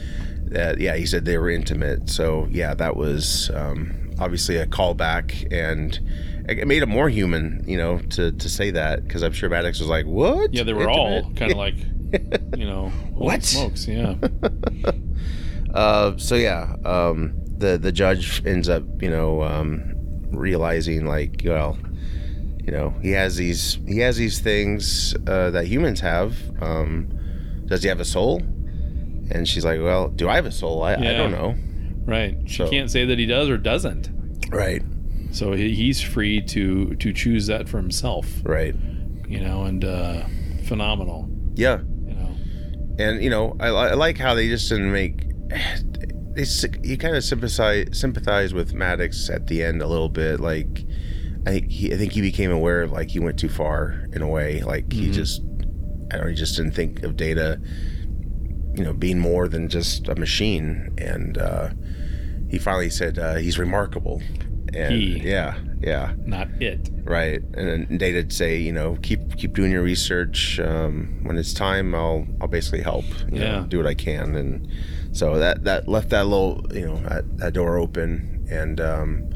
That yeah, he said they were intimate. So yeah, that was um, obviously a callback, and it made him more human. You know, to to say that because I'm sure Maddox was like, "What?" Yeah, they were all Intimate?" kind of like, you [LAUGHS] know, holy What? smokes? Yeah, Uh, so yeah, um, the the judge ends up, you know, um, realizing like, well, you know, he has these he has these things uh, that humans have. Um, does he have a soul? And she's like, well, do I have a soul? I, I Yeah. don't know. right. She So- can't say that he does or doesn't. Right. So he, he's free to to choose that for himself. Right. You know, and uh, phenomenal. Yeah. You know, and you know I, li- I like how they just didn't make they sy- you kind of sympathize sympathize with Maddox at the end a little bit like I think he I think he became aware of like he went too far in a way like he just I don't know he just didn't think of data you know being more than just a machine and uh he finally said uh, he's remarkable and He. yeah yeah not it. Right, and then Data'd say, you know, keep keep doing your research. Um, when it's time, I'll I'll basically help. You Yeah. know, do what I can, and so that that left that little you know that, that door open, and um,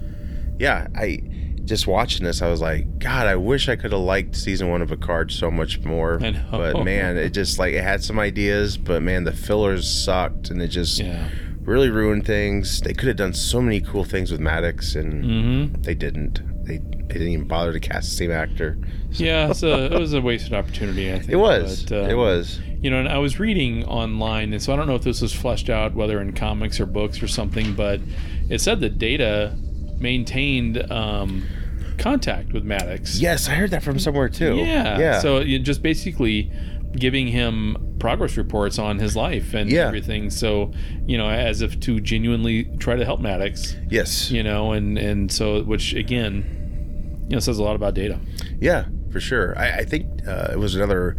yeah, I just watching this, I was like, God, I wish I could have liked season one of Picard so much more. I know. But man, it just like it had some ideas, but man, the fillers sucked, and it just Yeah. really ruined things. They could have done so many cool things with Maddox, and Mm-hmm. they didn't. They they didn't even bother to cast the same actor. Yeah, it's a, it was a wasted opportunity. I think It was. but, uh, it was. You know, and I was reading online, and so I don't know if this was fleshed out, whether in comics or books or something, but it said that Data maintained um, contact with Maddox. Yes, I heard that from somewhere too. Yeah. Yeah. So you just basically giving him progress reports on his life and Yeah. everything. So you know, as if to genuinely try to help Maddox. yes. Yeah. You know, and and so which again, you know, says a lot about Data. for sure. I, I think uh, it was another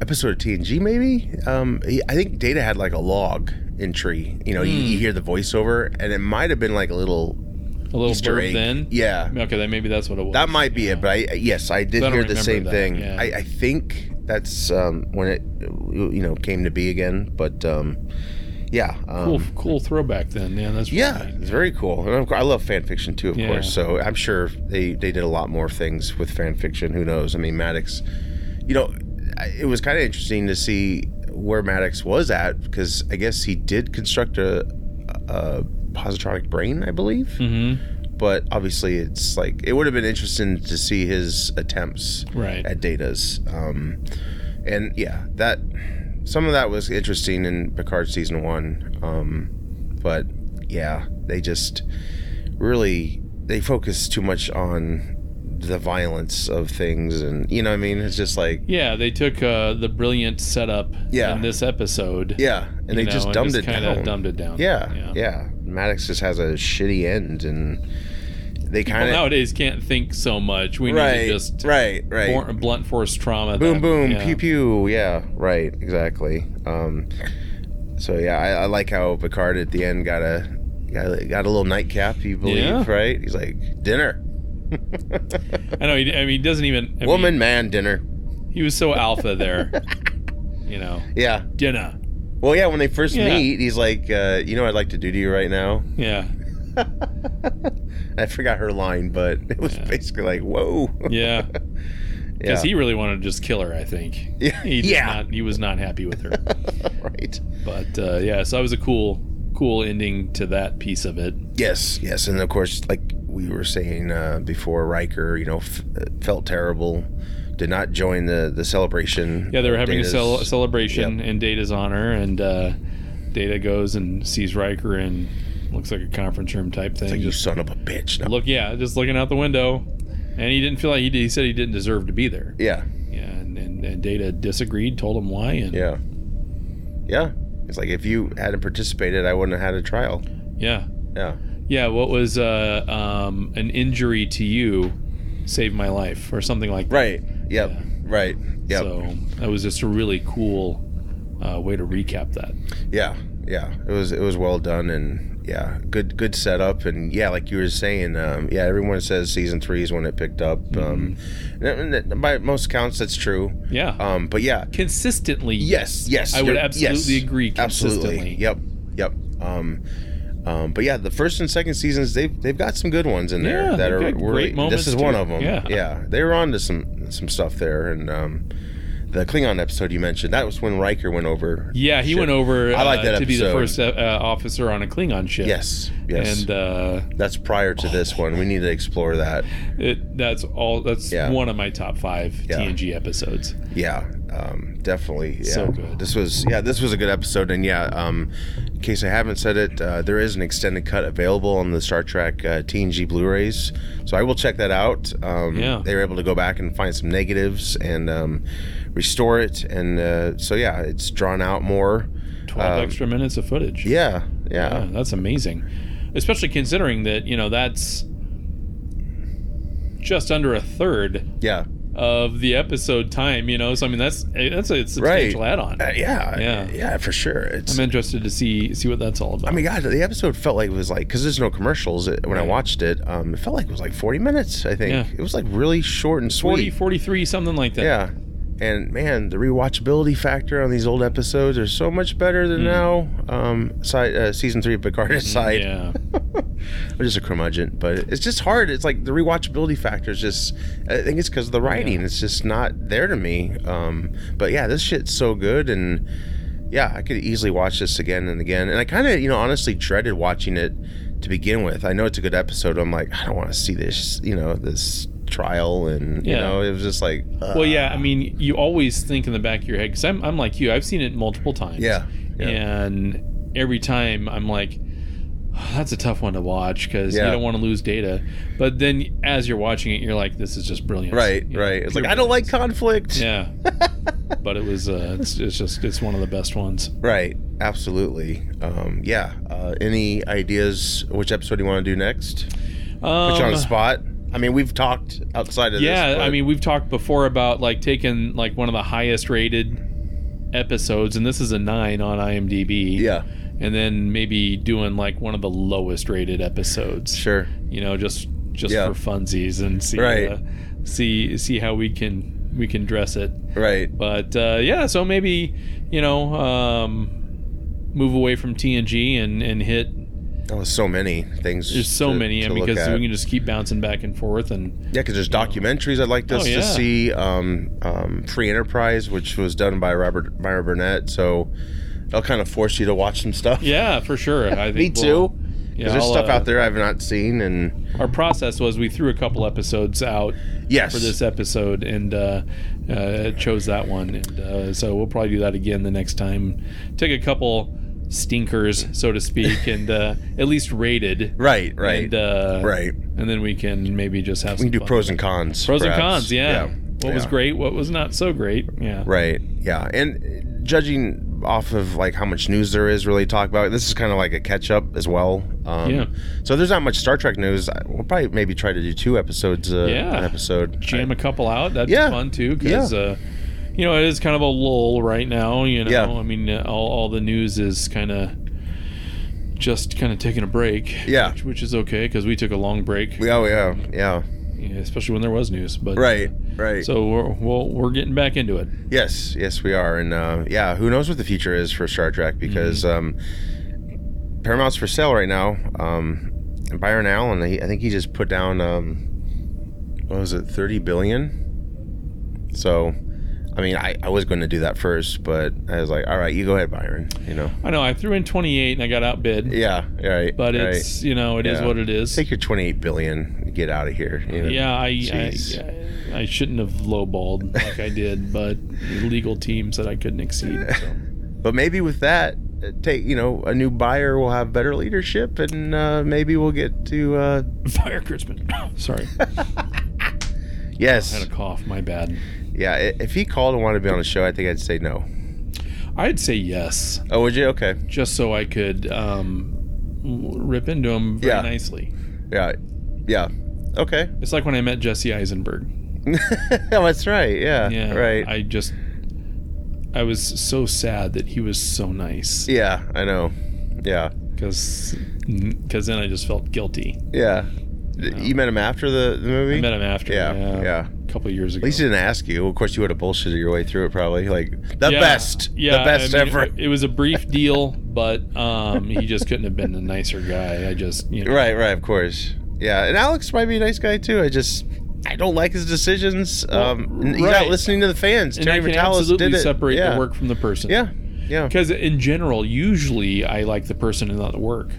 episode of TNG, maybe. Um, he- I think Data had like a log entry. You know, you, you hear the voiceover, and it might have been like a little A Hmm. little Easter blurb egg. then. Yeah. Okay, then maybe that's what it was. That might be it, but I yes, I did I don't hear the remember same that, thing. yeah. I, I think that's um, when it you know came to be again. But um, yeah, um, cool, cool throwback then. Yeah, that's Yeah, really neat. it's very cool. And of course, I love fan fiction too, of Yeah. course. So I'm sure they, they did a lot more things with fan fiction. Who knows? I mean, Maddox, you know, I- it was kind of interesting to see where Maddox was at because I guess he did construct a, a positronic brain, I believe. Mm-hmm, But obviously, it's like it would have been interesting to see his attempts Right. at Data's. Um, and yeah, that some of that was interesting in Picard season one. Um, but yeah, they just really they focus too much on the violence of things, and you know, what I mean, it's just like Yeah, they took uh, the brilliant setup Yeah. in this episode. yeah, and they you know, just and dumbed just it kinda down. Dumbed it down. yeah, yeah, Maddox just has a shitty end, and they Well, kind of nowadays can't think so much. We need right, to just right, right. bor- blunt force trauma. boom that- boom yeah. pew pew yeah right exactly um so yeah I, I like how picard at the end got a got a, got a little nightcap you believe Yeah. right he's like dinner I know. He, I mean, he doesn't even. I woman mean, man dinner [LAUGHS] he was so alpha there. you know, Yeah. dinner. Well, yeah. When they first Yeah. meet, he's like, uh, "You know, what I'd like to do to you right now." Yeah, I forgot her line, but [LAUGHS] it was Yeah. basically like, "Whoa." [LAUGHS] yeah. yeah. Because he really wanted to just kill her. I think. [LAUGHS] Yeah. He just Yeah. Not, he was not happy with her. [LAUGHS] right. but uh, yeah, so that was a cool, cool ending to that piece of it. Yes, yes, and of course, like we were saying uh, before, Riker, you know, f- felt terrible, did not join the the celebration. Yeah, they were having a cel- Data's- celebration in Data's honor, and uh, Data goes and sees Riker in looks like a conference room type thing. Like you just son of a bitch. No. look, yeah, just looking out the window, and he didn't feel like he did. He said he didn't deserve to be there. Yeah, Yeah, and, and, and Data disagreed, told him why, and yeah, yeah. It's like if you hadn't participated, I wouldn't have had a trial. yeah, Yeah, yeah. What was uh, um, an injury to you saved my life, or something like that. right. Yep, Yeah. right. Yep. So that was just a really cool uh, way to recap that. Yeah, yeah. It was it was well done and yeah, good good setup and yeah, like you were saying, um, yeah. Everyone says season three is when it picked up. Mm-hmm. Um, and- and by most counts, that's true. Yeah. Um, but yeah, consistently. Yes, yes. I would you're- absolutely agree Absolutely. consistently. Yep, yep. Um, um, but yeah, the first and second seasons they've they've got some good ones in there Yeah, that they've are got were- great moments This is one too. of them. Yeah. yeah. They were on to some some stuff there, and um, the Klingon episode you mentioned that was when Riker went over. Yeah, he ship. went over I like uh, that to be the episode. first uh, uh, officer on a Klingon ship. Yes, yes. And uh, That's prior to this one. We need to explore that. it, that's all. That's Yeah. one of my top five Yeah. TNG episodes. Yeah, um, definitely. Yeah. So good. This was yeah, this was a good episode, and yeah, um, in case I haven't said it, uh, there is an extended cut available on the Star Trek uh, TNG Blu-rays, so I will check that out. Um, Yeah. they were able to go back and find some negatives and um, restore it, and uh, so yeah, it's drawn out more. Twelve Um, extra minutes of footage. Yeah, Yeah, yeah, that's amazing. Especially considering that you know that's just under a third yeah, of the episode time. You know, so I mean that's eh, that's a right. substantial add-on. Uh, yeah, Yeah. yeah, for sure. It's I'm interested to see see what that's all about. I mean, God, the episode felt like it was like because there's no commercials. It, when I Right. watched it, um, it felt like it was like 40 minutes. I think Yeah. it was like really short and 40, sweet. 43, something like that. Yeah, and man, the rewatchability factor on these old episodes are so much better than now. Um, side, uh, season three of Picard aside, Mm-hmm. Yeah. I'm just a curmudgeon, but it's just hard. It's like the rewatchability factor is just. I think it's because of the writing. It's just not there to me. Um, but yeah, this shit's so good, and yeah, I could easily watch this again and again. And I kind of, you know, honestly dreaded watching it to begin with. I know it's a good episode. I'm like, I don't want to see this. You know, this trial, and you Yeah. know, it was just like, uh, Well, yeah. I mean, you always think in the back of your head because I'm, I'm like you. I've seen it multiple times. yeah, yeah, And every time I'm like, "Oh, that's a tough one to watch because Yeah. you don't want to lose data. But then as you're watching it, you're like, this is just brilliant. right, You know, right. It's pure like I don't like brilliance. conflict. [LAUGHS] Yeah. but it was. Uh, it's, it's just. It's one of the best ones. Right. Absolutely. Um, yeah. Uh, any ideas which episode you want to do next? Put you on Um, the spot. I mean, we've talked outside of yeah this. i but- mean we've talked before about like taking like one of the highest rated episodes and this is a nine on imdb yeah, and then maybe doing like one of the lowest rated episodes sure. you know just just Yeah. for funsies and see Right. uh, see see how we can we can dress it Right. but uh, yeah so maybe you know um move away from tng and and hit That was Oh, so many things. there's so to- many to I mean, look because at. we can just keep bouncing back and forth and Yeah, because there's documentaries I'd like to, Oh, to yeah. see. Um, um, Free Enterprise, which was done by Robert Myra Burnett, so they'll kind of force you to watch some stuff. yeah for sure i think [LAUGHS] me we'll- too. yeah, 'Cause there's I'll, stuff uh, out there I've not seen, and our process was we threw a couple episodes out yes, for this episode and uh, uh, chose that one and uh, so we'll probably do that again the next time take a couple stinkers so to [LAUGHS] speak and uh, at least rated right, right, and, uh, right. and then we can maybe just have We some can do fun. pros and cons. Pros and perhaps. cons yeah, what was yeah. great what was not so great yeah Right. Yeah. And uh, judging off of like how much news there is really to talk about, this is kind of like a catch up as well. Um, Yeah. So there's not much Star Trek news. I- We'll probably maybe try to do two episodes. Uh, Yeah. An episode. jam a couple out that'd Yeah. be fun too because uh, you know it is kind of a lull right now you know Yeah. i mean uh, all, all the news is kind of just kind of taking a break Yeah. which, which is okay because we took a long break We- Oh yeah. Yeah. you know, especially when there was news. But Right, right. So we're we'll, we're getting back into it. Yes, yes, we are, and uh, yeah, who knows what the future is for Star Trek because Mm-hmm. um, Paramount's for sale right now. Um, and Byron Allen, he, I think he just put down um, what was it, thirty billion. So, I mean, I, I was going to do that first, but I was like, all right, you go ahead, Byron. You know, I know I threw in 28 and I got outbid, yeah, all right, but all right. it's you know it is Yeah. what it is. take your twenty-eight billion, and get out of here. you know? Yeah, I, I Jeez. I shouldn't have lowballed like I did, but legal team said I couldn't exceed. [LAUGHS] So. But maybe with that, uh, take you know a new buyer will have better leadership, and uh, maybe we'll get to uh, Fire Crispin. [COUGHS] Sorry, yes, [LAUGHS] had a cough. My bad. yeah. i- If he called and wanted to be on the show, I think I'd say no. I'd say yes, Oh, would you? Okay, just so I could um, w- rip into him very Yeah. nicely. yeah, yeah, okay. [LAUGHS] It's like when I met Jesse Eisenberg. oh, that's right. Yeah, Yeah, right. I just, I was so sad that he was so nice yeah, I know. Yeah, because, because then I just felt guilty. yeah. You met him after the, the movie. I met him after, Yeah, yeah, yeah. a couple of years ago. At least he didn't ask you. Of course, you would have bullshitted your way through it, probably. Like the Yeah, best, the yeah, best I mean, ever. It, it was a brief deal, but um, he just couldn't have been a nicer guy. I just, you [LAUGHS] know, Right, right, of course. Yeah, and Alex might be a nice guy too. I just I don't like his decisions. um, n- he's not right. listening to the fans. and I Terry can Vitalis absolutely did it. separate yeah. the work from the person. Yeah, yeah, Because in general, usually I like the person and not the work.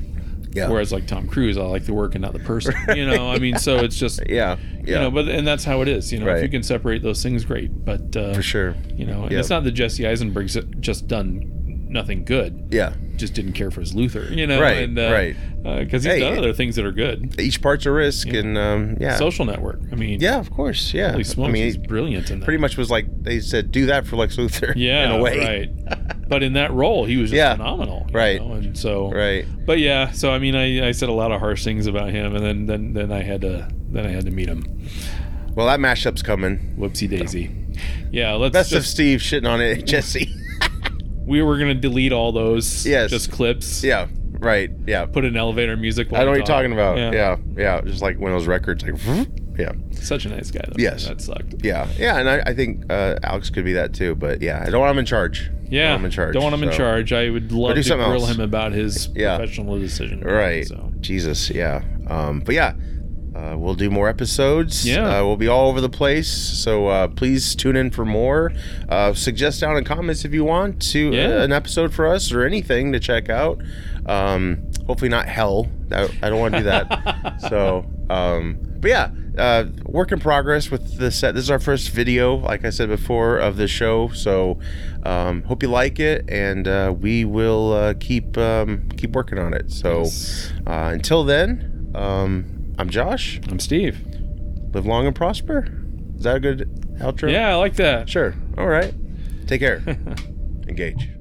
yeah, Whereas like Tom Cruise, I like the work and not [LAUGHS] the person. You know, I mean, so it's just yeah, you yeah, know, but and that's how it is. You know, Right. if you can separate those things, great. But uh, for sure. you know, and Yeah. it's not that Jesse Eisenberg's just done nothing good. Yeah, Just didn't care for his Luther. You know, Right, and, uh, right. Because he's Hey, done it- other things that are good. each part's a risk, and um, yeah, Social Network. I mean, yeah, of course, yeah. Holy smokes, I mean, he's he brilliant in that. pretty much was like they said, do that for Lex Luthor. [LAUGHS] yeah, in a way. [LAUGHS] right. But in that role, he was just Yeah. phenomenal. you Right. know, And so, Right. But yeah, so I mean, I, I said a lot of harsh things about him, and then then then I had to then I had to meet him. Well, that mashup's coming. Whoopsie daisy. Yeah, let's Best of just. Steve shitting on it, [LAUGHS] Jesse. [LAUGHS] we were gonna delete all those. Yes. Just clips. yeah, right. Yeah, Put in elevator music. while I know we what you're talk. talking about. Yeah. yeah, just like one of those records, like, yeah. Such a nice guy. Though. Yes. That sucked. Yeah, yeah, and I, I think uh, Alex could be that too. But yeah, I don't want him in charge. don't Yeah. want him in charge. Don't want him in so- charge. I would love do to something grill else. him about his Yeah. professional decision. Right. So. Jesus. Yeah. Um, but yeah, uh, we'll do more episodes. Yeah. Uh, we'll be all over the place. So uh, please tune in for more. Uh, suggest down in comments if you want to Yeah. uh, an episode for us or anything to check out. Um, hopefully not hell. I, I don't want to do that. so, um, but yeah. Uh, work in progress with the set. This is our first video, like I said before, of the show. So, um, hope you like it, and uh, we will uh, keep um, keep working on it. So, Yes. uh, until then, um, I'm Josh. I'm Steve. Live long and prosper. Is that a good outro? Yeah, I like that. Sure. All right. Take care. Engage.